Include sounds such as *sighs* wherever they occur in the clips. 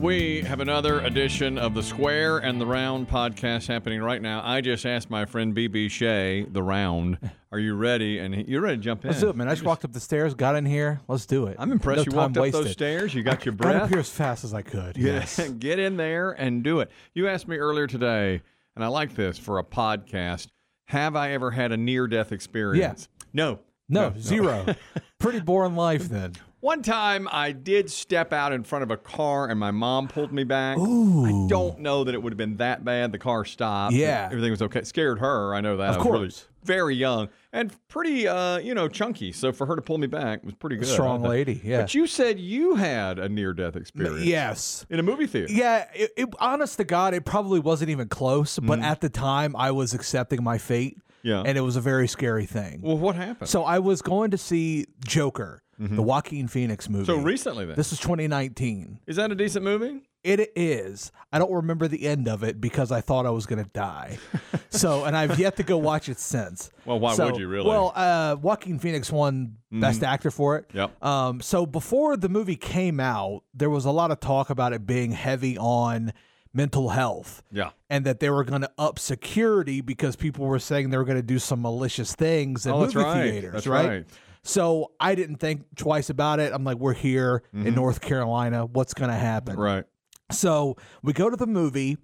We have another edition of the Square and the Round podcast happening right now. I just asked my friend BB Shea, the Round, "Are you ready?" And he, you're ready to jump in. Let's do it, man. I just walked up the stairs, got in here. Let's do it. I'm impressed No you time walked wasted. up those stairs. You got your Got breath. *laughs* up here as fast as I could. Yes. Yeah, get in there and do it. You asked me earlier today, and I like this for a podcast. Have I ever had a near death experience? No. No, *laughs* zero. Pretty boring life then. One time I did step out in front of a car and my mom pulled me back. I don't know that it would have been that bad. The car stopped. Yeah. Everything was okay. Scared her. I know that. Of I was really- course. very young and pretty, uh, you know, chunky. So for her to pull me back was pretty good. Strong lady. *laughs* Yeah. But you said you had a near death experience. Yes. In a movie theater. Yeah, it, it, honest to God, it probably wasn't even close, but at the time I was accepting my fate. Mm. Yeah. And it was a very scary thing. Well, what happened? so I was going to see Joker, the Joaquin Phoenix movie. Mm-hmm. So recently then. This was 2019. Is that a decent movie? It is. I don't remember the end of it because I thought I was going to die. so, and I've yet to go watch it since. *laughs* Well, why So- would you, really? Mm-hmm. Well, uh, Joaquin Phoenix won Best Actor for it. Yep. Um, so before the movie came out, there was a lot of talk about it being heavy on mental health Yeah. and that they were going to up security because people were saying they were going to do some malicious things in Oh, that's movie right. theaters, That's right. So I didn't think twice about it. I'm like, we're here in Mm-hmm. North Carolina. What's going to happen? Right. So we go to the movie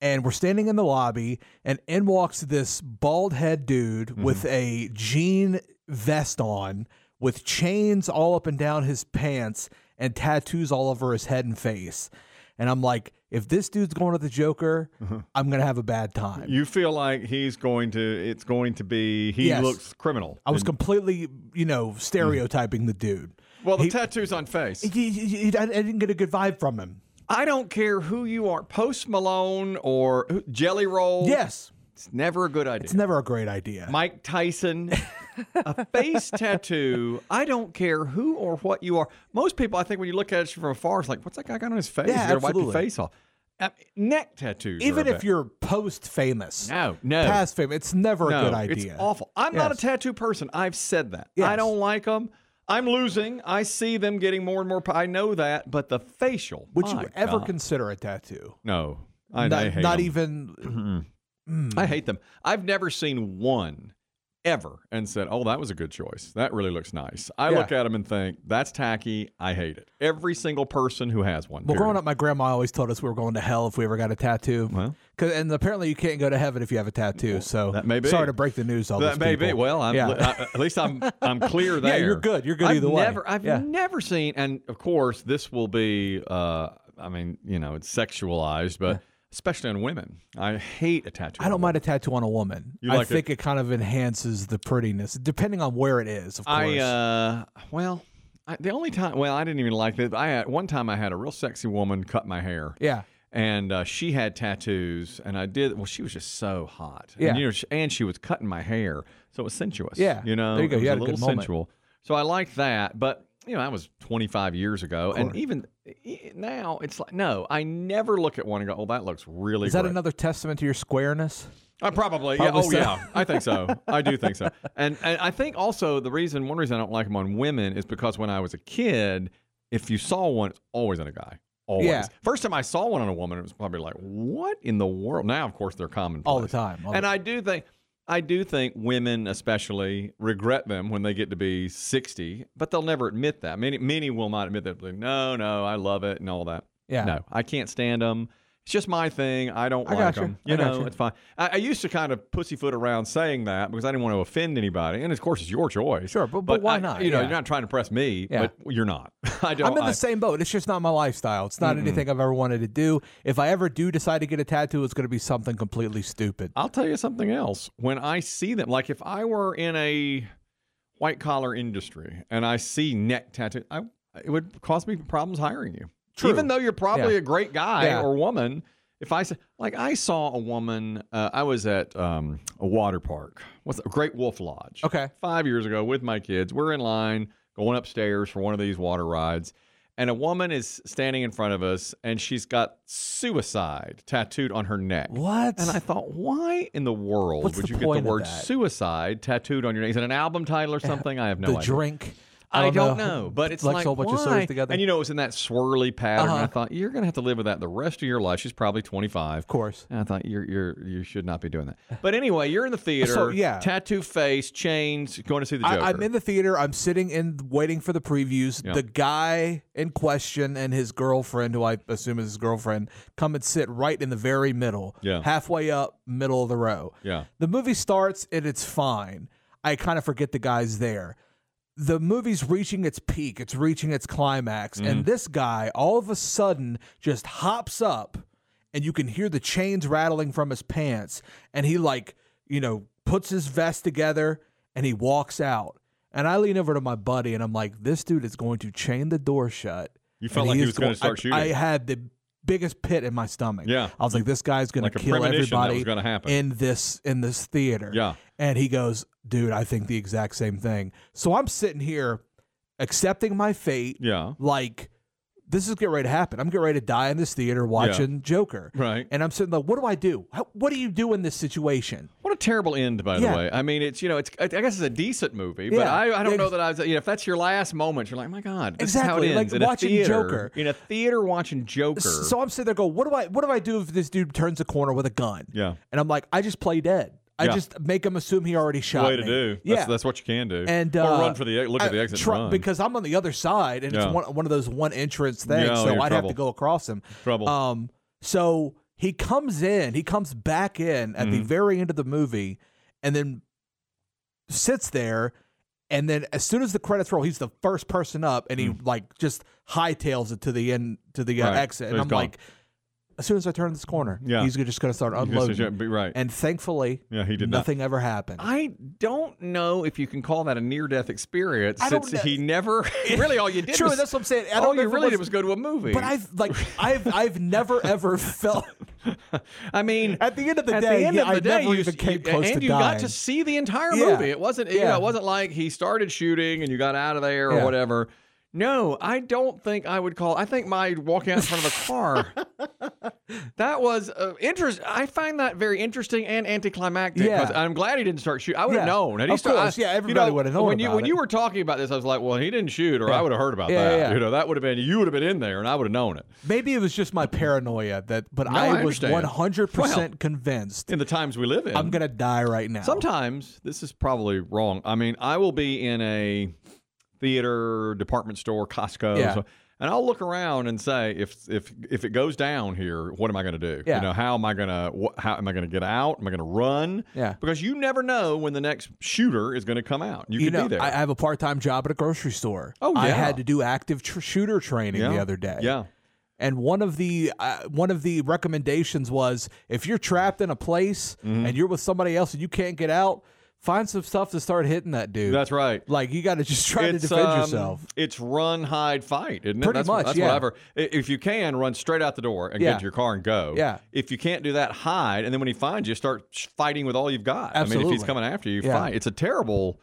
and we're standing in the lobby and in walks this bald head dude with a jean vest on with chains all up and down his pants and tattoos all over his head and face. And I'm like, if this dude's going to the Joker, I'm going to have a bad time. You feel like he's going to, it's going to be, he Yes. looks criminal. I was completely, you know, stereotyping the dude. Well, the He- tattoos on face. He- he- he- I I didn't get a good vibe from him. I don't care who you are, Post Malone or who- Jelly Roll. Yes, It's never a good idea. it's never a great idea. Mike Tyson, *laughs* a face tattoo. I don't care who or what you are. Most people, I think, when you look at it from afar, it's like, what's that guy got on his face? Yeah, you gotta wipe absolutely. your face off. Uh, neck tattoos. are Even a if bad- you're post famous. No, no. past fame. It's never a No, good idea. It's awful. I'm not a Yes. tattoo person. I've said that. I Yes. don't like them. I'm losing. I see them getting more and more. po- I know that, but the facial. Would my you ever God. consider a tattoo? no, I, not I hate not them. even. *clears throat* Mm-hmm. I hate them. I've never seen one ever and said, "Oh, that was a good choice. That really looks nice." I Yeah. look at them and think, "That's tacky. I hate it." Every single person who has one. Well, growing period. up, my grandma always told us we were going to hell if we ever got a tattoo. Well. 'Cause- and apparently you can't go to heaven if you have a tattoo. So that may be. sorry to break the news. to All That these may be. people. Well, I'm, yeah. I- at least I'm I'm *laughs* clear there. you're good. You're good I've either way. Never, I've Yeah. never seen, and of course, this will be. Uh, I mean, you know, it's sexualized, but especially on women, I hate a tattoo. I on don't women. mind a tattoo on a woman. You I like it. think it. kind of enhances the prettiness, depending on where it is. Of course, I uh, well, I, the only time, well, I didn't even like that. I had, one time I had a real sexy woman cut my hair. yeah, and uh, she had tattoos, and I did. Well, she was just so hot, Yeah. And, you know, she, and she was cutting my hair, so it was sensuous. Yeah. you know, There you go. It was You a had a little good moment. sensual. So I liked that, but you know, that was 25 years ago, and course. even e- now, it's like no, I never look at one and go, "Oh, that looks really." is that great." another testament to your squareness? I probably, yeah. Probably Oh, so. yeah. I think so. I do think so. And and I think also the reason, one reason I don't like them on women is because when I was a kid, if you saw one, it's always on a guy. Always. Yeah. First time I saw one on a woman, it was probably like, what in the world? Now, of course, they're commonplace All the time. All the- and I do think I do think women especially regret them when they get to be 60, but they'll never admit that. Many many will not admit that. Like, no, no, I love it and all that. Yeah. No, I can't stand them. It's just my thing. I don't I like gotcha. them. I You know, gotcha. it's fine. I, I used to kind of pussyfoot around saying that because I didn't want to offend anybody. And of course, it's your choice. Sure, but- but why I- not? You know, Yeah. you're not trying to press me, Yeah. but you're not. *laughs* I don't. I'm in I- the same boat. It's just not my lifestyle. It's not anything I've ever wanted to do. If I ever do decide to get a tattoo, it's going to be something completely stupid. I'll tell you something else. When I see them, like if I were in a white collar industry and I see neck tattoo, I, it would cause me problems hiring you. True. Even though you're probably Yeah. a great guy Yeah. or woman, if I said, like I saw a woman, uh, I was at um, a water park, what's it, Great Wolf Lodge Okay. five years ago with my kids. We're in line going upstairs for one of these water rides, and a woman is standing in front of us, and she's got suicide tattooed on her neck. What? And I thought, why in the world What's would the you get the point of word that? Eh, suicide tattooed on your neck? Is it an album title or something? I have no the idea. drink. I don't know, but it's Like like, a whole bunch of why? stories together. And you know, it was in that swirly pattern. Uh-huh. I thought you're going to have to live with that the rest of your life. She's probably 25. Of course. And I thought you're you're you should not be doing that. But anyway, you're in *laughs* the theater. yeah. Tattoo face, chains, going to see the Joker. I, I'm in the theater. I'm sitting in, waiting for the previews. Yeah. The guy in question and his girlfriend, who I assume is his girlfriend, come and sit right in the very middle, Yeah. halfway up, middle of the row. yeah. The movie starts and it's fine. I kind of forget the guy's there. The movie's reaching its peak, it's reaching its climax, Mm-hmm. and this guy all of a sudden just hops up and you can hear the chains rattling from his pants and he like, you know, puts his vest together and he walks out. And I lean over to my buddy and I'm like, this dude is going to chain the door shut. You felt and like he is was gonna going- start I, I shooting. had the biggest pit in my stomach. Yeah. I was like, this guy's going Like to a kill premonition that everybody was going to happen. in this in this theater. Yeah. And he goes, "Dude, I think the exact same thing." So I'm sitting here accepting my fate yeah. like this is getting ready to happen. I'm getting ready to die in this theater watching Joker. Right. And I'm sitting like, "What do I do? How, what do you do in this situation?" What a terrible end, by Yeah. the way. I mean, it's you know, it's I I guess it's a decent movie, but Yeah. I, I don't Ex- know that I was. You know, if that's your last moment, you're like, my God, this Exactly, is how it like ends. in a watching theater- Joker. in a theater watching Joker. So I'm sitting there going, "What do I what do I do if this dude turns a corner with a gun?" yeah, And I'm like, "I just play dead. I Yeah. just make him assume he already shot way to me." do. Yeah. That's, that's what you can do. And, or uh, run for the look at the I- exit and tru- run. because I'm on the other side and Yeah. it's one one of those one entrance things, Yeah, oh, so you're I'd have trouble. to go across him. trouble. Um, so he comes in, he comes back in at the Mm-hmm. very end of the movie, and then sits there. And then as soon as the credits roll, he's the first person up, and he like just hightails it to the end to the uh, Mm. Right. So exit. and he's I'm gone. like, as soon as I turn this corner, Yeah. he's just going to start You just- unloading. be right. And thankfully, yeah, he did not. nothing ever happened. I don't know if you can call that a near-death experience I don't since know. he never *laughs* really all you did True, was that's what I'm saying. I all don't know you if it really was- did was go to a movie. But I've *laughs* like I've I've never ever felt I mean, at the end of the at day, the end yeah, of the I day, never you, even came you- close and to you dying. got to see the entire Yeah. movie. It wasn't, you know, Yeah. it wasn't like he started shooting and you got out of there or Yeah. whatever. No, I don't think I would call. I think my walking out in front of a car. *laughs* that was uh, interest. I find that very interesting and anticlimactic. Yeah. 'cause I'm glad he didn't start shooting. I would have Yeah. known. Had he Of started- course, I- yeah, you everybody know, would have known When you about when it. you were talking about this, I was like, well, he didn't shoot, or I would have heard about Yeah, that. yeah, yeah. You know, that would have been you would have been in there, and I would have known it. Maybe it was just my paranoia that, but I I, was understand. one hundred percent convinced In the times we live in, I'm gonna die right now. Sometimes this is probably wrong. I mean, I will be in a theater, department store, Costco, Yeah. so- and I'll look around and say, if if if it goes down here, what am I going to do? Yeah. You know, how am I going to wh- how am I going to get out? Am I going to run? Yeah. Because you never know when the next shooter is going to come out. You, you could know, be there. I I have a part time job at a grocery store. Oh, I yeah. had to do active tr- shooter training Yeah. the other day. yeah. and one of the uh, one of the recommendations was if you're trapped in a place Mm-hmm. and you're with somebody else and you can't get out, find some stuff to start hitting that dude. That's right. like you got to just try to defend um, yourself. It's run, hide, fight, isn't it? Pretty that's much, What, that's yeah. whatever. If you can, run straight out the door and Yeah. get to your car and go. Yeah. If you can't do that, hide, and then when he finds you, start sh- fighting with all you've got. I mean, if Absolutely. he's coming after you, Yeah. fight. It's a terrible.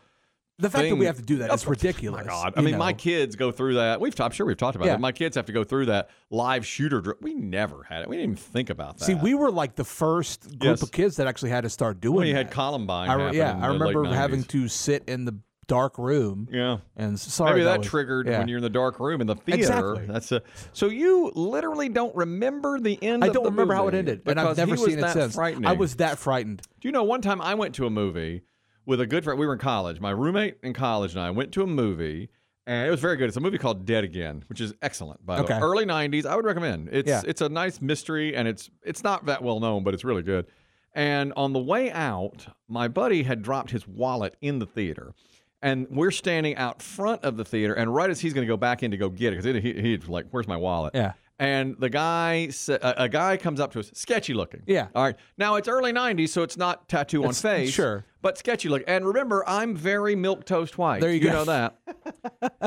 The fact that thing- we have to do that Oh, is ridiculous. My God, I you mean, my know. kids go through that. We've, I'm sure we've talked about Yeah. it. My kids have to go through that live shooter. Dr- we never had it. We didn't even think about that. See, we were like the first group Yes. of kids that actually had to start doing. Well, you that. had Columbine. I, re- happen yeah, in I the late remember having 90s. to sit in the dark room. Yeah. And s- sorry, Maybe that, was- triggered yeah. when you're in the dark room in the theater. Exactly. That's a, so you literally don't remember the end. I of don't the remember how it movie ended, and I've because he never was seen it that since. Frightening. I was that frightened. Do you know one time I went to a movie with a good friend? We were in college. My roommate in college and I went to a movie, and it was very good. It's a movie called Dead Again, which is excellent. By the way, Okay. early '90s. I would recommend. It's Yeah. it's a nice mystery, and it's it's not that well known, but it's really good. And on the way out, my buddy had dropped his wallet in the theater. And we're standing out front of the theater, and right as he's going to go back in to go get it, because he, he, he's like, "Where's my wallet?" Yeah. And the guy, sa- a a guy comes up to us, sketchy looking. Yeah. All right. Now it's early '90s, so it's not tattoo on It's- face, sure. but sketchy look. And remember, I'm very milk toast white. There you go. know that.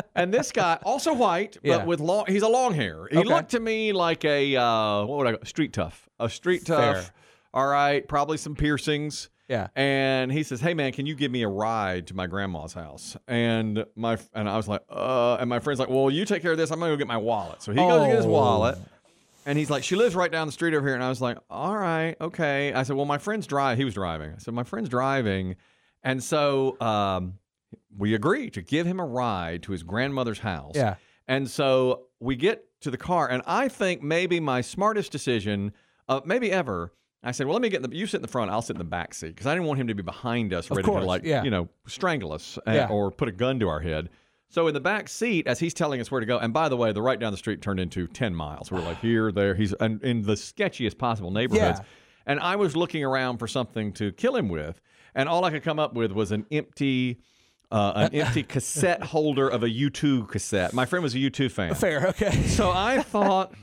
*laughs* and this guy, also white, Yeah. but with long. He's a long hair. He Okay. looked to me like a uh, what would I go? Street tough. A street tough. Fair. All right, probably some piercings. Yeah. And he says, "Hey man, can you give me a ride to my grandma's house?" And my and I was like, "Uh." And my friend's like, "Well, you take care of this. I'm gonna go get my wallet." So he goes to get his Oh. wallet. And he's like, she lives right down the street over here. And I was like, all right, okay. I said, well, my friend's drive. He was driving. I said, my friend's driving. And so um, we agree to give him a ride to his grandmother's house. Yeah. And so we get to the car, and I think maybe my smartest decision, uh, maybe ever, I said, "Well, let me get in the you sit in the front, I'll sit in the back seat because I didn't want him to be behind us, ready course, to like yeah. you know strangle us uh, Yeah. or put a gun to our head." So in the back seat, as he's telling us where to go, and by the way, the right down the street turned into ten miles. We're like here, there. He's in, in the sketchiest possible neighborhoods, Yeah. and I was looking around for something to kill him with, and all I could come up with was an empty. Uh, an empty cassette holder of a U2 cassette. My friend was a U2 fan. *laughs* Fair. *laughs* Okay. So I thought,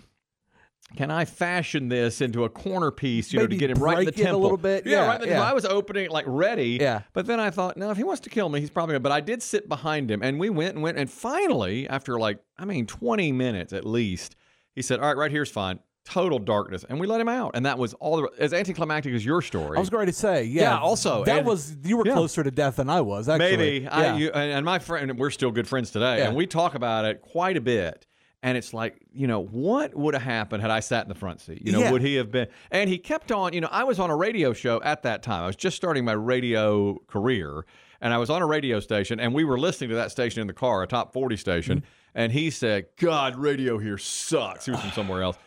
can I fashion this into a corner piece, you know, to Maybe get him right in the break it a temple little bit. Yeah, Yeah, right. in the temple. yeah. I was opening it like ready. Yeah. But then I thought, no, if he wants to kill me, he's probably. But I did sit behind him, and we went and went, and finally, after like I mean, twenty minutes at least, he said, "All right, right here's fine." Total darkness, and we let him out, and that was all. The, as anticlimactic as your story, I was going to say, yeah. Yeah, also, that and- was you were yeah. closer to death than I was. Actually, Maybe Yeah. I you, and and my friend, we're still good friends today, Yeah. and we talk about it quite a bit. And it's like, you know, what would have happened had I sat in the front seat? You know, Yeah. would he have been? And he kept on. You know, I was on a radio show at that time. I was just starting my radio career, and I was on a radio station, and we were listening to that station in the car, a top forty station. Mm-hmm. And he said, "God, radio here sucks." He was from somewhere else.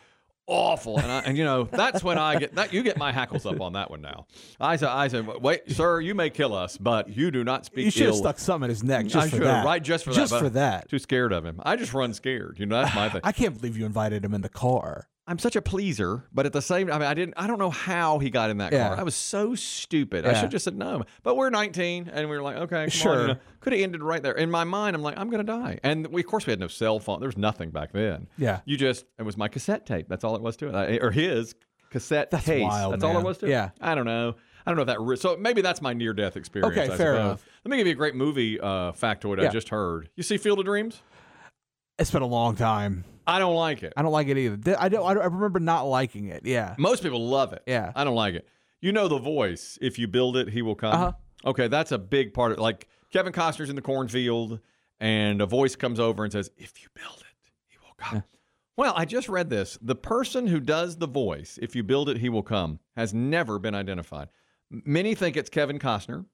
Awful, and, I, and you know that's when I get that you get my hackles up on that one now. I said, I said, wait, sir, you may kill us, but you do not speak. you should have ill stuck some in his neck just I for should that. have, right? Just for that. just but for that. Too scared of him. I just run scared. You know, that's *sighs* my thing. I can't believe you invited him in the car. I'm such a pleaser, but at the same, I mean, I didn't. I don't know how he got in that Yeah. car. I was so stupid. I Yeah. should have just said no. But we're 19, and we were like, okay, come On, Sure. you know. Could have ended right there. In my mind, I'm like, I'm gonna die. And we, of course, we had no cell phone. There was nothing back then. Yeah. You just it was my cassette tape. That's all it was to it, I, or his cassette That's case. wild, that's all man. it was to it. Yeah. I don't know. I don't know if that. Re- so maybe that's my near death experience. Okay, I fair suppose. enough. Let me give you a great movie uh, factoid I Yeah. just heard. You see Field of Dreams? It's been a long time. I don't like it. I don't like it either. Th- I don't. I, don't, I remember not liking it. Yeah. Most people love it. Yeah. I don't like it. You know the voice. If you build it, he will come. Uh-huh. Okay, that's a big part of like Kevin Costner's in the cornfield and a voice comes over and says, If you build it, he will come. Well, I just read this. The person who does the voice, if you build it, he will come, has never been identified. M- Many think it's Kevin Costner.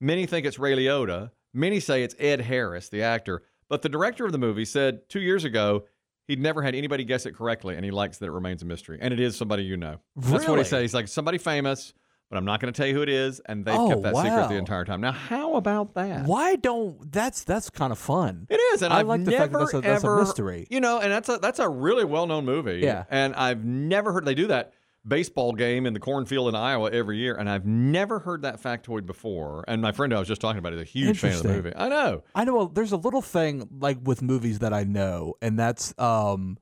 Many think it's Ray Liotta. Many say it's Ed Harris, the actor. But the director of the movie said two years ago he'd never had anybody guess it correctly, and he likes that it remains a mystery. And it is somebody you know. That's what Really? he said. He's like somebody famous, but I'm not going to tell you who it is. And they Oh, kept that secret wow. the entire time. Now, how about that? Why don't? That's that's kind of fun. It is, and I have like the never fact that that's a- that's a ever, mystery. You know, and that's a that's a really well known movie. Yeah. and I've never heard they do that baseball game in the cornfield in Iowa every year, and I've never heard that factoid before. And my friend I was just talking about is a huge fan of the Interesting. movie. I know. I know a, there's a little thing like with movies that I know, and that's um,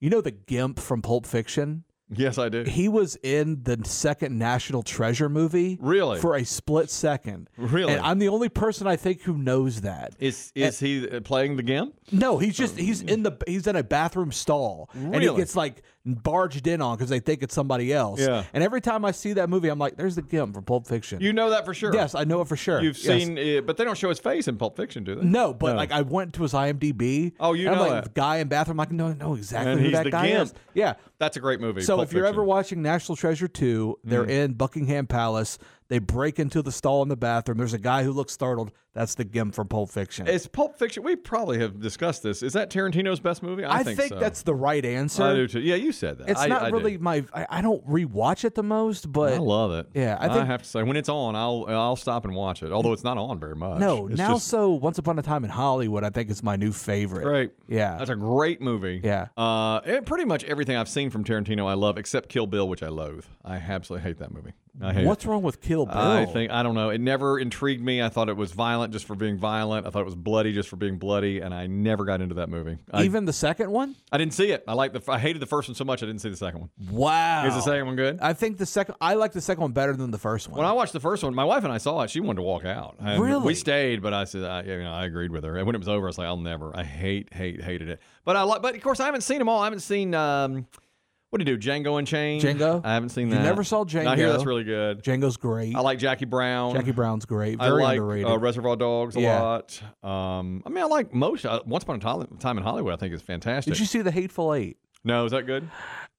you know the Gimp from Pulp Fiction. Yes, I do. He was in the second National Treasure movie. Really? For a split second. Really? And I'm the only person I think who knows that. Is is he uh, playing the gimp? No, he's just he's in the he's in a bathroom stall and Mm. he Really? gets like barged in on because they think it's somebody else. Yeah. And every time I see that movie, I'm like, "There's the Gimp from Pulp Fiction." You know that for sure. yes, I know it for sure. you've Yes. seen, it, but they don't show his face in Pulp Fiction, do they? No, but like I went to his IMDb. Oh, you and know I'm like that. guy in bathroom. I can know, know exactly And who he's that the guy Gimp. is. Yeah. That's a great movie. So Pulp if you're Fiction. Mm-hmm. ever watching National Treasure 2, they're in Buckingham Palace. They break into the stall in the bathroom. There's a guy who looks startled. That's the Gimp from Pulp Fiction. is Pulp Fiction? We probably have discussed this. Is that Tarantino's best movie? I, I think, so. that's the right answer. I do too. Yeah, you said that. It's I- not I do. really my. I, I don't rewatch it the most, I but love it. Yeah, I think- have to say when it's on, I'll I'll stop and watch it. Although it's not on very much. no. It's Now, just so Once Upon a Time in Hollywood, I think it's my new favorite. great. Yeah, That's a great movie. Yeah. Uh, it- pretty much everything I've seen from Tarantino, I love, except Kill Bill, which I loathe. I absolutely hate that movie. I hate what's wrong with Kill it. Bill? I think I don't know. It never intrigued me. I thought it was violent just for being violent. I thought it was bloody just for being bloody, and I never got into that movie. I, even the second one. I didn't see it. I like the. f- I hated the first one so much. I didn't see the second one. Wow. Is the second one good? I think the second. I like the second one better than the first one. When I watched the first one, my wife and I saw it. She wanted to walk out. And Really? We stayed, but I said, I, you know, I agreed with her. And when it was over, I was like, I'll never. I hate, hate, hated it. But I like, but of course, I haven't seen them all. I haven't seen, um, what do you do, Django Unchained? Django? I haven't seen You that. never saw And I hear Django. that's really good. Django's great. I like Jackie Brown. Jackie Brown's great. I Very like underrated. uh, Reservoir Dogs a Yeah. lot. Um, I mean, I like most. Uh, Once Upon a Time Time in Hollywood, I think is fantastic. Did you see the Hateful Eight? no, is that good?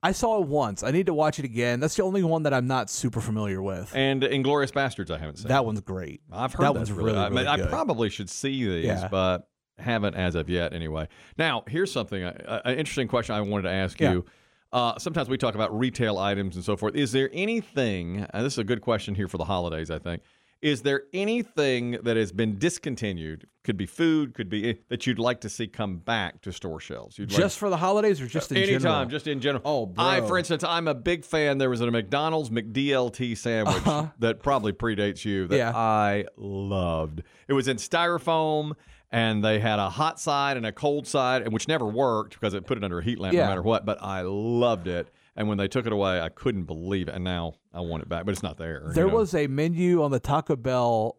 I saw it once. I need to watch it again. That's the only one that I'm not super familiar with. And Inglorious Bastards, I haven't seen. that one's great. I've heard that that's one's really, really, I, mean, really I good. probably should see these, Yeah. but haven't as of yet. Anyway, now here's something, uh, an interesting question I wanted to ask Yeah. you. Uh, sometimes we talk about retail items and so forth. Is there anything? Uh, this is a good question here for the holidays. I think. Is there anything that has been discontinued? Could be food, could be eh, that you'd like to see come back to store shelves. You'd like- Just for the holidays or just in anytime, general? just in general. Oh, bro. I, for instance, I'm a big fan. There was a McDonald's McDLT sandwich that probably predates you that Uh-huh. Yeah. I loved. It was in styrofoam, and they had a hot side and a cold side, and which never worked because it put it under a heat lamp no Yeah. matter what. But I loved it. And when they took it away, I couldn't believe it. And now I want it back, but it's not there. you There know. was a menu on the Taco Bell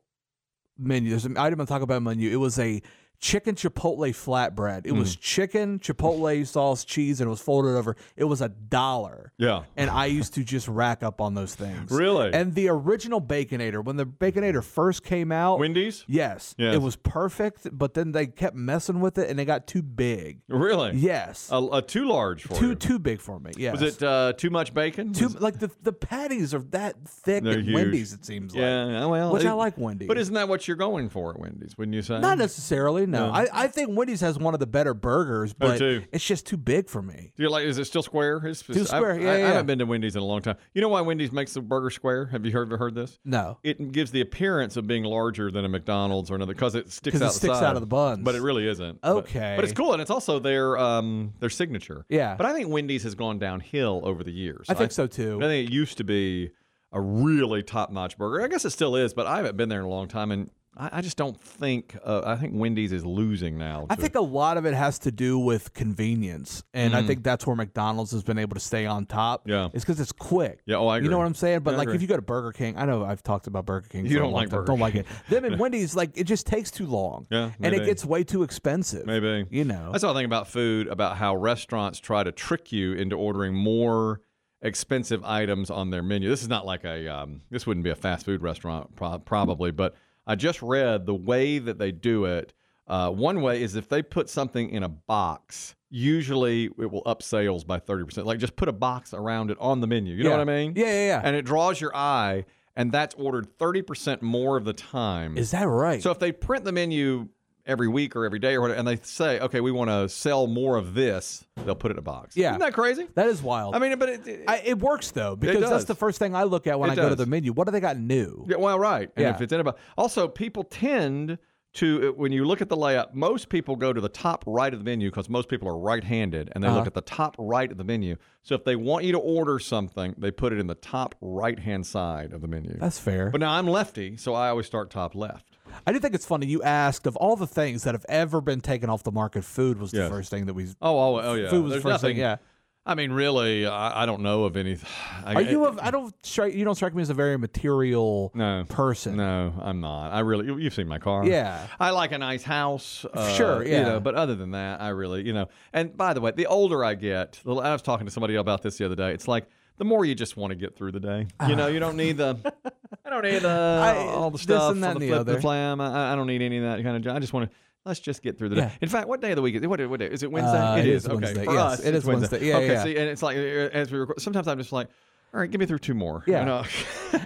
menu. There's an item on the Taco Bell menu. It was a chicken chipotle flatbread. It Hmm. was chicken chipotle sauce, cheese, and it was folded over. It was a dollar. Yeah. And I used to just rack up on those things. Really? And the original Baconator, when the Baconator first came out, Wendy's? yes, Yes. it was perfect, but then they kept messing with it and it got too big. Really? Yes. A, a too large for too you. too big for me. Yes. Oh, was it uh, too much bacon? too Was- like the the patties are that thick They're at huge. Wendy's it seems like. yeah, well, Which it- I like Wendy's. But isn't that what you're going for at Wendy's? Wouldn't you say? Not necessarily. No, No. I, I think Wendy's has one of the better burgers, but Oh, too. it's just too big for me. Do you like? Is it still square? It's, Still I- square, I, yeah, I, yeah. haven't been to Wendy's in a long time. You know why Wendy's makes the burger square? Have you heard ever heard this? No, It gives the appearance of being larger than a McDonald's or another because it sticks 'Cause it out. the sticks side, out of the buns. but it really isn't. But- Okay. but, it's cool, and it's also their um their signature. Yeah. but I think Wendy's has gone downhill over the years. I think so too. I think it used to be a really top notch burger. I guess it still is, but I haven't been there in a long time, and I, I just don't think. Uh, I think Wendy's is losing now. I to- think a lot of it has to do with convenience, and I think that's where McDonald's has been able to stay on top. Yeah. it's because it's quick. Yeah, oh, I You agree. know what I'm saying? But I like, agree. if you go to Burger King, I know I've talked about Burger King. You for a don't long like time. Burger Don't like it. Them and Wendy's, like, it just takes too long. Yeah, and maybe. it gets way too expensive. Maybe. you know. That's all I think about food, about how restaurants try to trick you into ordering more expensive items on their menu. This is not like a, um, this wouldn't be a fast food restaurant pro- probably, but I just read the way that they do it. Uh, one way is if they put something in a box, usually it will up sales by 30%. Like just put a box around it on the menu. You know Yeah. what I mean? Yeah, yeah, yeah. And it draws your eye, and that's ordered 30% more of the time. Is that right? So if they print the menu every week or every day or whatever, and they say, okay, we want to sell more of this, they'll put it in a box. Yeah. Isn't that crazy? that is wild. I mean, but it, it- I, it works though because does. that's the first thing I look at when It I go to does. the menu. What do they got new? yeah, well, right. And Yeah. if it's in a box. Also, people tend to, uh, when you look at the layout, most people go to the top right of the menu because most people are right handed and they Uh-huh. look at the top right of the menu. So if they want you to order something, they put it in the top right hand side of the menu. That's fair. but now I'm lefty, so I always start top left. I do think it's funny. You asked of all the things that have ever been taken off the market, food was Yes. the first thing that we. Oh, oh, oh yeah. Food was the There's first nothing- thing, yeah. I mean, really, I, I don't know of anything. *sighs* I, Are you? A, I don't strike. You don't strike me as a very material No. person. No, I'm not. I really, you- you've seen my car. Yeah. I like a nice house. uh, Sure, you yeah. know, but other than that, I really, you know. And by the way, the older I get, the, I was talking to somebody about this the other day. It's like the more you just want to get through the day. You know, you don't need the. *laughs* I don't need the all the this stuff, and that all the and the flip, the other. flam. I, I don't need any of that kind of. junk. I just want to. Let's just get through the day. Yeah. In fact, what day of the week is it? What, what day is it? Wednesday. Uh, it is okay. Wednesday, For yes, us, it it's is Wednesday. Yeah, okay. yeah, yeah. See, and it's like uh, as we record. Sometimes I'm just like, all right, give me through two more. Yeah. You know?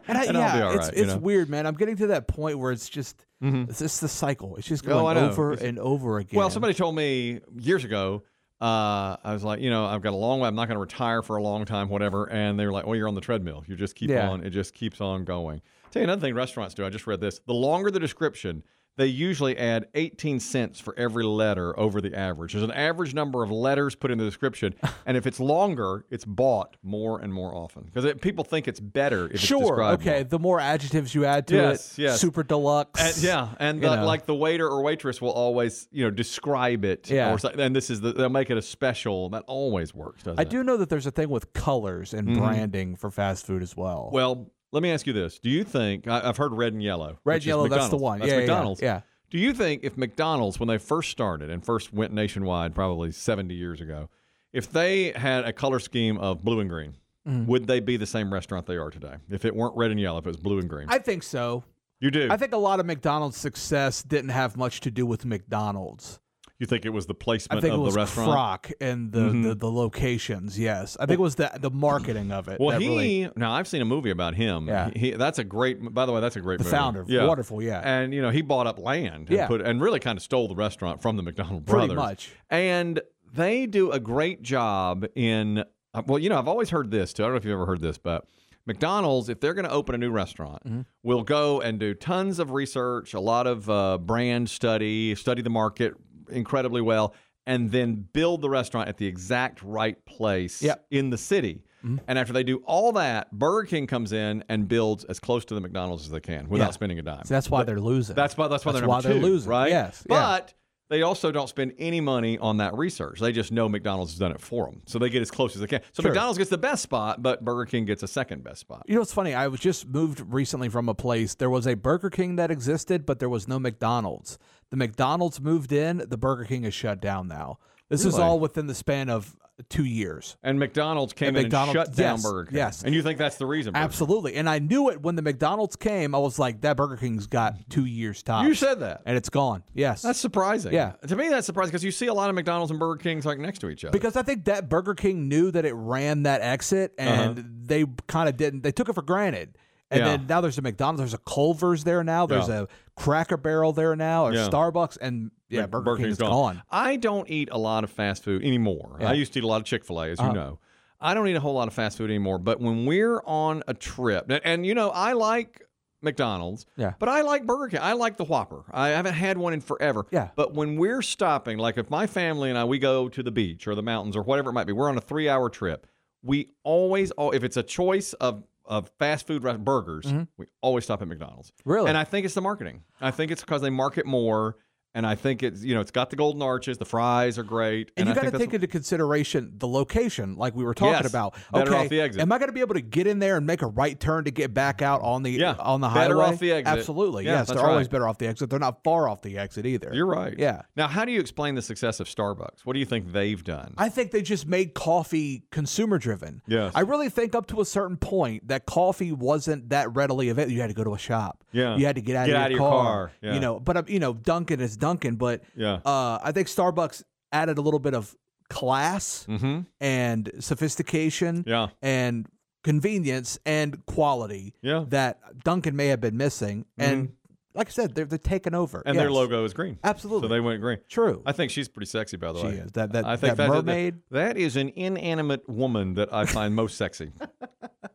And *laughs* I, And I'll yeah, be all it's, right, you it's know? Mm-hmm. weird, man. I'm getting to that point where it's just it's just the cycle. It's just Oh, I going know. over It's- and over again. Well, somebody told me years ago. Uh, I was like, you know, I've got a long way. I'm not going to retire for a long time, whatever. And they were like, well, you're on the treadmill. You just keep Yeah. on. It just keeps on going. Tell you another thing restaurants do. I just read this. The longer the description, they usually add 18 cents for every letter over the average. There's an average number of letters put in the description, *laughs* and if it's longer, it's bought more and more often because people think it's better. If It's sure. described Okay. more. The more adjectives you add to Yes, it, yes. super deluxe. *laughs* And, yeah, and you the, know. like the waiter or waitress will always, you know, describe it. Yeah. Or, so- and this is the they'll make it a special. That always works, doesn't I it? do know that there's a thing with colors and Mm-hmm. branding for fast food as well. Well, let me ask you this: Do you think I, I've heard red and yellow? Red which is yellow, that's the McDonald's. one. That's Yeah, yeah, yeah. McDonald's. Yeah. Do you think if McDonald's, when they first started and first went nationwide, probably seventy years ago, if they had a color scheme of blue and green, Mm. would they be the same restaurant they are today? If it weren't red and yellow, if it was blue and green, I think so. you do. I think a lot of McDonald's success didn't have much to do with McDonald's. You think it was the placement I think of it was the restaurant? Croc and the, Mhm. the, the locations. Yes, I think it was the the marketing of it. Well, that he really, now I've seen a movie about him. Yeah. He, that's a great. By the way, that's a great. the movie. founder, Yeah. wonderful, yeah, And you know he bought up land and Yeah. put and really kind of stole the restaurant from the McDonald pretty brothers. much. And they do a great job in. uh, Well, you know I've always heard this too. I don't know if you've ever heard this, but McDonald's if they're going to open a new restaurant, Mm-hmm. will go and do tons of research, a lot of uh, brand study, study the market incredibly well. And then build the restaurant at the exact right place Yep. Mm-hmm. in the city. And after they do all that, Burger King comes in and builds as close to the McDonald's as they can without Yeah. spending a dime. So that's why they're losing. That's why that's why That's they're why number they're two, losing. right? Yes, yeah. but they also don't spend any money on that research. They just know McDonald's has done it for them, so they get as close as they can. So Sure. McDonald's gets the best spot, but Burger King gets a second best spot. You know, it's funny. I was just moved recently from a place. There was a Burger King that existed, but there was no McDonald's. The McDonald's moved in. The Burger King is shut down now. This is Really? all within the span of two years. And McDonald's came And in McDonald's- and shut down yes, Burger King. yes. and you think that's the reason? Burger King- Absolutely. And I knew it when the McDonald's came. I was like, that Burger King's got two years time. You said that. and it's gone. Yes. That's surprising. Yeah. to me that's surprising because you see a lot of McDonald's and Burger Kings like next to each other. because I think that Burger King knew that it ran that exit and they kind of didn't. They took it for granted. And Uh-huh. Yeah. then now there's a McDonald's, there's a Culver's there now, there's Yeah. a Cracker Barrel there now, or Yeah. Starbucks, and yeah, Like, Burger, Burger King King's is gone. I don't eat a lot of fast food anymore. I used to eat a lot of Chick fil A, as Uh-huh. you know. I don't eat a whole lot of fast food anymore. But when we're on a trip, and, and, you know, I like McDonald's, Yeah. but I like Burger King. I like the Whopper. I haven't had one in forever. Yeah. But when we're stopping, like if my family and I, we go to the beach or the mountains or whatever it might be, we're on a three hour trip. We always, al- if it's a choice of, of fast food rest- burgers, Mm-hmm. we always stop at McDonald's. Really? And I think it's the marketing. I think it's because they market more, and I think it's you know it's got the golden arches. The fries are great, and you I got to think take that's- into consideration the location, like we were talking Yes. about. Better okay, off the exit. am I going to be able to get in there and make a right turn to get back out on the Yeah. on the highway? Better off the exit. Absolutely, Yeah, yes. that's They're always right. better off the exit. They're not far off the exit either. You're right. Yeah. Now, how do you explain the success of Starbucks? What do you think they've done? I think they just made coffee consumer driven. Yes. I really think up to a certain point that coffee wasn't that readily available. You had to go to a shop. Yeah. You had to get out Get of your out of your car. car. Yeah. You know, but uh, you know, Dunkin' is Dunkin', but yeah. uh, I think Starbucks added a little bit of class mm-hmm. and sophistication Yeah. and convenience and quality Yeah. Mm-hmm. that Dunkin' may have been missing. And like I said, they're they're taking over. And their Yes. logo is green. Absolutely. So they went green. True. I think she's pretty sexy, by the She way. is. That- that- I think that mermaid. that is an inanimate woman that I find most *laughs* sexy.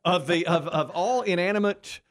of the of, of all inanimate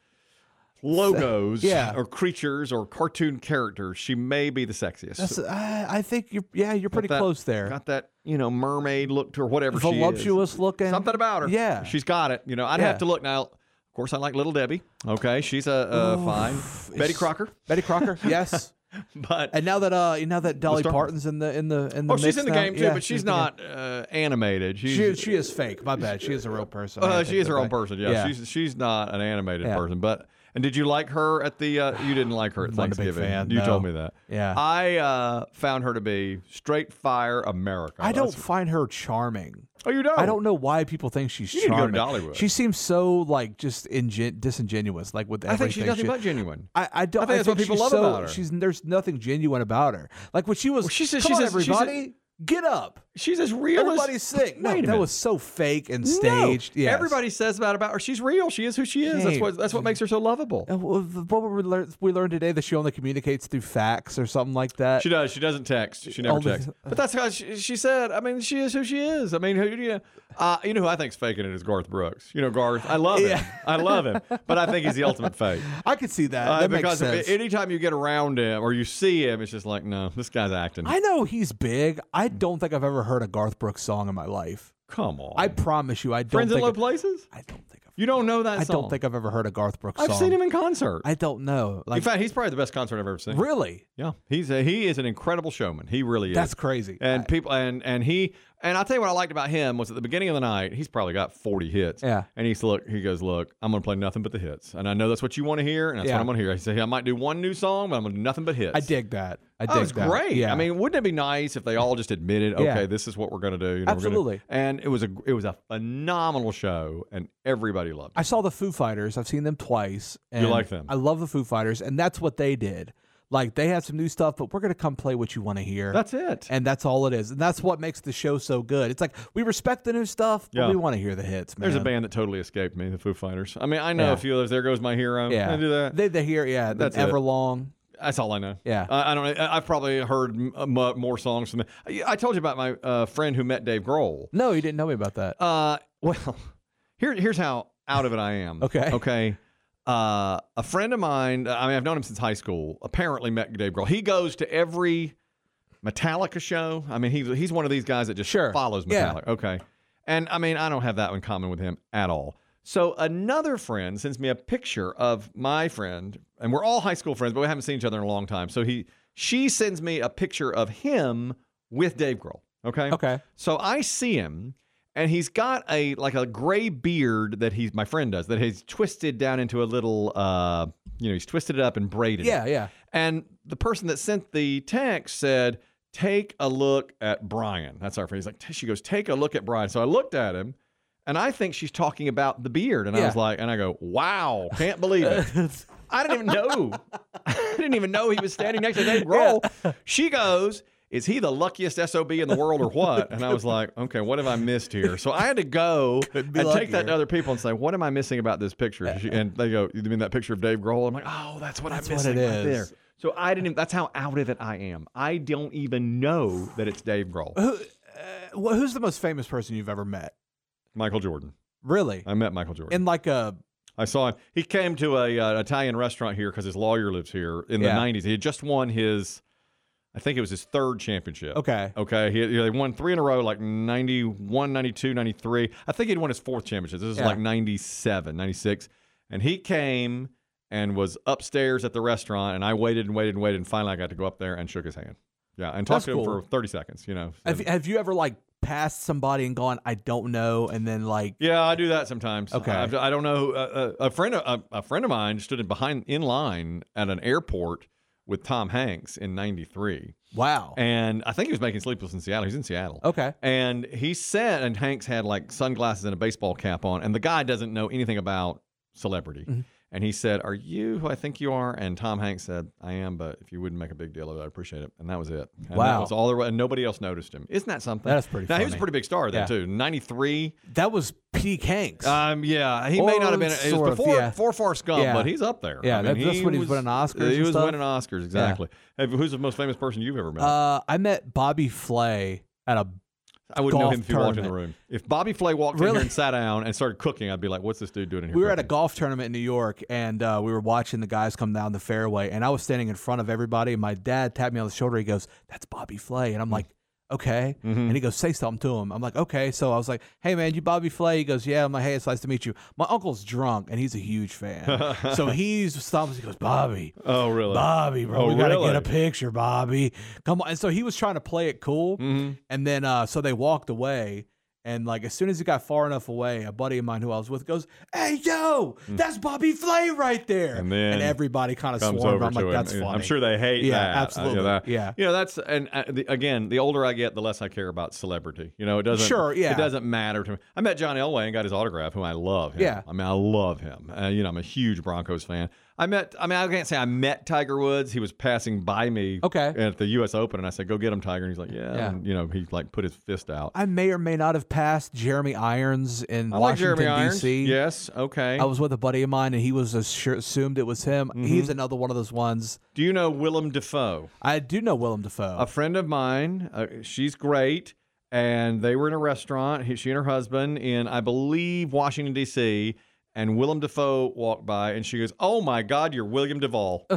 logos Yeah. or creatures or cartoon characters, she may be the sexiest. That's, I, uh, I think you're yeah, you're pretty that- close there. got that you know mermaid look to her, whatever she is. voluptuous looking. Something about her. Yeah. she's got it. You know, I'd Yeah. have to look now. Of course, I like Little Debbie. Okay, she's a, uh fine Betty It's- Crocker, *laughs* Betty Crocker, yes. but And now that uh, now that Dolly Star- Parton's in the in the in the oh, she's mix in the now- game too. yeah, but she's, in the game. not uh, animated. She's, She she is fake. My bad. She is a real person. I uh, had to she is take her that own back. person. Yeah, Yeah. she's she's not an animated Yeah. person. But and did you like her at the? Uh, you didn't like her at Wasn't a big Thanksgiving. fan, you no. told me that. Yeah. I uh, found her to be straight fire America. I don't That's- find her charming. Oh, you don't. I don't know why people think she's You need to go to charming. Dollywood. She seems so like just ingen- disingenuous, like with I everything. think she's nothing she- but genuine. I, I don't. I think that's what people she's love so- about her. She's there's nothing genuine about her. Like when she was. Well, she says- Come she on, says- she says- everybody, get up. She's as real Everybody's as sick. No, Wait a that minute. was so fake and No. staged. Yes. Everybody says that about her. She's real. She is who she is. That's Hey. what that's what makes her so lovable. Uh, wh- wh- What were we learned we learned today that she only communicates through fax or something like that. She does. She doesn't text. She never Only- texts. But that's how she, she said. I mean, she is who she is. I mean, who do you? Uh, you know who I think's faking it is Garth Brooks. You know Garth. I love him. I love him. But I think he's the ultimate *laughs* fake. I could see that. Uh, that makes because sense. anytime you get around him or you see him, it's just like, no, this guy's acting. I know he's big. I don't think I've ever heard a Garth Brooks song in my life. Come on. I promise you, I don't Friends in think. Low Places. I don't think. I've, You don't know that I song. don't think I've ever heard a Garth Brooks I've song. seen him in concert. I don't know. in Like fact, he's probably the best concert I've ever seen. really, Yeah, he's a, he is an incredible showman. He really is. that's crazy. and I- people and and he and I'll tell you what I liked about him was at the beginning of the night he's probably got forty hits. Yeah. and he's look he goes look I'm gonna play nothing but the hits and I know that's what you want to hear and that's Yeah. what I'm gonna hear. He said I might do one new song but I'm gonna do nothing but hits. I dig that. I dig That was that. Oh, great. Yeah. I mean, wouldn't it be nice if they all just admitted, okay, Yeah. this is what we're going to do? you know, we're gonna- Absolutely. and it was a it was a phenomenal show, and everybody loved it. I saw the Foo Fighters. I've seen them twice. And like them? I love the Foo Fighters, and that's what they did. Like they have some new stuff, but we're gonna come play what you want to hear. That's it. and that's all it is. And that's what makes the show so good. It's like we respect the new stuff, but Yeah. we want to hear the hits, man. There's a band that totally escaped me, the Foo Fighters. I mean, I know Yeah. a few of those. There goes my hero. Yeah. I do that. They they hear, yeah, That's that's it. Uh, Everlong. That's all I know. Yeah. I, I don't. I, I've probably heard m- uh, mu- more songs from. I, I told you about my uh, friend who met Dave Grohl. No, you didn't know me about that. Uh, *laughs* well, here, here's how out of it I am. Okay. Okay. Uh, a friend of mine, I mean, I've known him since high school, apparently met Dave Grohl. He goes to every Metallica show. I mean, he, he's one of these guys that just Sure. follows Yeah. Metallica. Okay. And I mean, I don't have that in common with him at all. So another friend sends me a picture of my friend, and we're all high school friends, but we haven't seen each other in a long time. So he, she sends me a picture of him with Dave Grohl. Okay. Okay. So I see him, and he's got a like a gray beard that he's my friend does that he's twisted down into a little uh you know he's twisted it up and braided. it. Yeah, yeah. And the person that sent the text said, "Take a look at Brian." That's our friend. He's like, she goes, "Take a look at Brian." So I looked at him. And I think she's talking about the beard. And I Yeah. was like, and I go, wow, can't believe it. *laughs* I didn't even know. *laughs* I didn't even know he was standing next to Dave Grohl. She goes, "Is he the luckiest sob in the world or what?" And I was like, "Okay, what have I missed here?" So I had to *laughs* go and be take that luckier. to other people and say, "What am I missing about this *laughs* picture?" She- And they go, "You mean that picture of Dave Grohl?" I'm like, "Oh, that's what That's I'm what missing it right there." is. So I didn't. Even, that's how out of it I am. I don't even know that it's Dave Grohl. Who, uh, wh- who's the most famous person you've ever met? Michael Jordan. Really? I met Michael Jordan. In like a I saw him. He came to a uh, Italian restaurant here because his lawyer lives here in Yeah. the '90s. He had just won his, I think it was his third championship. okay. Okay, he, he- they won three in a row, like 91, 92, 93. I think he'd won his fourth championship. This is Yeah. like 97, 96. And he came and was upstairs at the restaurant, and I waited and waited and waited, and finally I got to go up there and shook his hand. Yeah, and talked That's to him for cool. 30 seconds, you know. Have, So- have you ever like passed somebody and gone, I don't know, and then like yeah, I do that sometimes. Okay. I, I don't know. Uh, a friend, of- a, a friend of mine stood in behind in line at an airport with Tom Hanks in '93, wow. and I think he was making Sleepless in Seattle. He's in Seattle. okay. And he said, and Hanks had like sunglasses and a baseball cap on, and the guy doesn't know anything about celebrity. Mhm. And he said, Are you who I think you are? And Tom Hanks said, I am, but if you wouldn't make a big deal of it, I'd appreciate it. And that was it. And That Wow. was all there was. And nobody else noticed him. Isn't that something? That's pretty Now, he was a funny. pretty big star then, Yeah. too. 93. That was Pete Hanks. Um, yeah, he may Or not have been. It sort was of, before, yeah. before Forrest Gump, Yeah. but he's up there. Yeah, that- that's when he was winning Oscars He and was stuff. winning Oscars, exactly. Have- who's the most famous person you've ever met? uh, I met Bobby Flay at a I wouldn't know golf him if he walked in the room. If Bobby Flay walked in here Really? and sat down and started cooking, I'd be like, "What's this dude doing in here?" we were at a cooking?" golf tournament in New York, and uh, we were watching the guys come down the fairway, and I was standing in front of everybody, and my dad tapped me on the shoulder. He goes, "That's Bobby Flay," and I'm like, "Okay," and he goes, "Say something to him." I'm like, "Okay." So I was like, "Hey, man, you Bobby Flay?" He goes, "Yeah." I'm like, "Hey, it's nice to meet you." My uncle's drunk, and he's a huge fan, so he stumps. He goes, "Bobby." Oh, really? Bobby, bro, Oh, we gotta really? get a picture, Bobby. Come on. And so he was trying to play it cool, Mhm. and then uh, so they walked away. And like as soon as he got far enough away, a buddy of mine who I was with goes, "Hey, yo, that's Bobby Flay right there!" Mm. And then everybody kind of Comes swarmed. over I'm to like, him. "That's funny." I'm sure they hate Yeah, that. absolutely. You know, that- Yeah. you know that's and uh, the, again, the older I get, the less I care about celebrity. You know, it doesn't. Sure, yeah. It doesn't matter to me. I met John Elway and got his autograph, who I love. Him. Yeah. I mean, I love him. Uh, you know, I'm a huge Broncos fan. I met. I mean, I can't say I met Tiger Woods. He was passing by me. Okay. At the U.S. Open, and I said, "Go get him, Tiger." And he's like, "Yeah." Yeah. And, you know, he like put his fist out. I may or may not have passed Jeremy Irons in I like Washington Jeremy Irons. D.C. Yes. Okay. I was with a buddy of mine, and he was assur- assumed it was him. Mm-hmm. He's another one of those ones. Do you know Willem Dafoe? I do know Willem Dafoe. A friend of mine. Uh, she's great. And they were in a restaurant, he, she and her husband, in, I believe, Washington, D.C. And Willem Dafoe walked by and she goes, Oh my God, you're William *laughs* Duvall.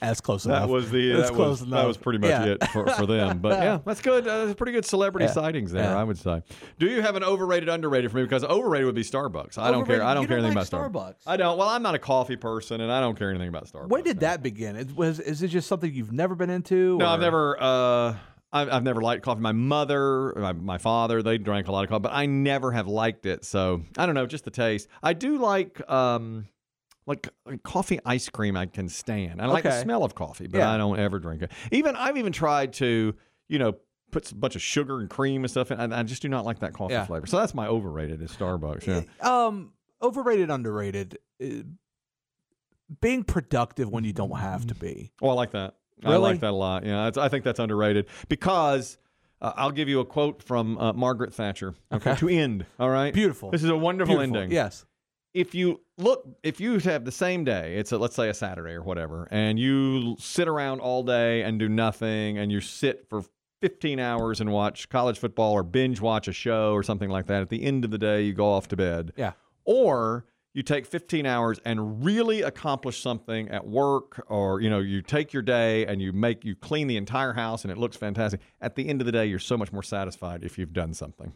That's close That enough. was the That's that was, close that enough. was pretty much Yeah. it for, *laughs* for them. But yeah, that's good. Uh, that's pretty good celebrity Yeah. sightings there, Yeah. I would say. Do you have an overrated, underrated for me? Because overrated would be Starbucks. I don't care. Overrated- I don't you care anything like about Starbucks. Starbucks. I don't. Well, I'm not a coffee person, and I don't care anything about Starbucks. When did no. that begin? It was is it just something you've never been into? No, or- I've never. Uh, I've, I've never liked coffee. My mother, my, my father, they drank a lot of coffee, but I never have liked it. So I don't know, just the taste. I do like um, like, like coffee ice cream. I can stand. I like the Okay. smell of coffee, but Yeah. I don't ever drink it. Even I've even tried to, you know. Puts a bunch of sugar and cream and stuff in. and I just do not like that coffee Yeah. flavor. So that's my overrated is Starbucks. Yeah. Um, overrated, underrated. Uh, being productive when you don't have to be. Oh, I like that. I Really? like that a lot. Yeah, that's- I think that's underrated because uh, I'll give you a quote from uh, Margaret Thatcher. Okay, Okay. to end. All right, Beautiful. This is a wonderful Beautiful. ending. Yes. If you look, if you have the same day, it's a, let's say a Saturday or whatever, and you sit around all day and do nothing, and you sit for 15 hours and watch college football or binge watch a show or something like that. At the end of the day, you go off to bed Yeah. or you take 15 hours and really accomplish something at work or you know you take your day and you make you clean the entire house and it looks fantastic at the end of the day you're so much more satisfied if you've done something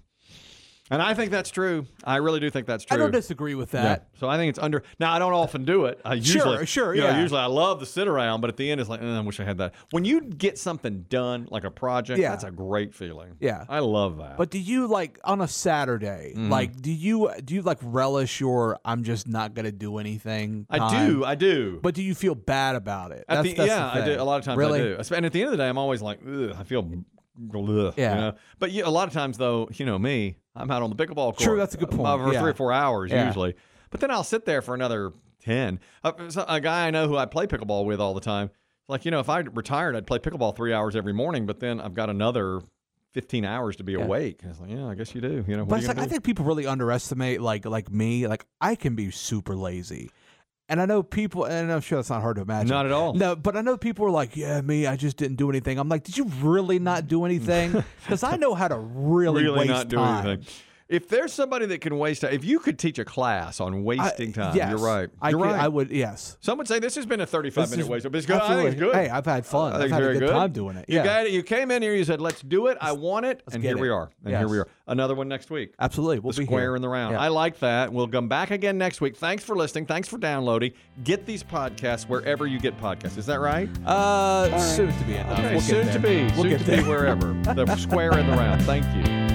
and i think that's true i really do think that's true I don't disagree with Yeah. that. so i think it's under now i don't often do it i Sure, usually sure, you know, yeah. usually i love the sit around but at the end it's like "Eh, i wish i had that when you get something done like a project Yeah. that's a great feeling Yeah. i love that But do you like on a Saturday? Mm-hmm. Like, do you do you like relish your I'm just not gonna do anything? i time? do i do But do you feel bad about it? At That's, the- that's yeah, the I do. thing. A lot of times really? I do. Espe- And at the end of the day, I'm always like, Ugh, I feel. Bleh, Yeah. You know? But yeah, a lot of times, though, you know me, I'm out on the pickleball court. True, that's a good uh, point. For Yeah. three or four hours Yeah. usually. But then I'll sit there for another ten. Uh, so- a guy I know who I play pickleball with all the time. Like you know, if I retired, I'd play pickleball three hours every morning. But then I've got another fifteen hours to be awake. And it's like, yeah, I guess you do. You know, what But are it's you like gonna I do? think people really underestimate like like me. Like I can be super lazy, and I know people. And I'm sure that's not hard to imagine. Not at all. No, but I know people are like, "Yeah, me, I just didn't do anything." I'm like, "Did you really not do *laughs* anything?" Because I know how to really, really waste not do time. anything. If there's somebody that can waste time, if you could teach a class on I- wasting time, yes, you're right. I you're could- right. I would. Yes. Some would say this has been a 35 This minute is waste, but it's good. I think it's absolutely- good. Hey, I've had fun. I I've think it's had a very good, time doing it. You, Yeah, got it. you came in here, you said, let's do it. I want it. And get here we it. are. And here we Yes. are. Another one next week. absolutely. We'll The be square here. in the round. Yeah. I like that. We'll come back again next week. Thanks for listening. Thanks for downloading. Get these podcasts wherever you get podcasts. Is that right? Uh, soon to be enough. Okay, We'll get soon there. to be. We'll soon get to there. be wherever. The square in the round. Thank you.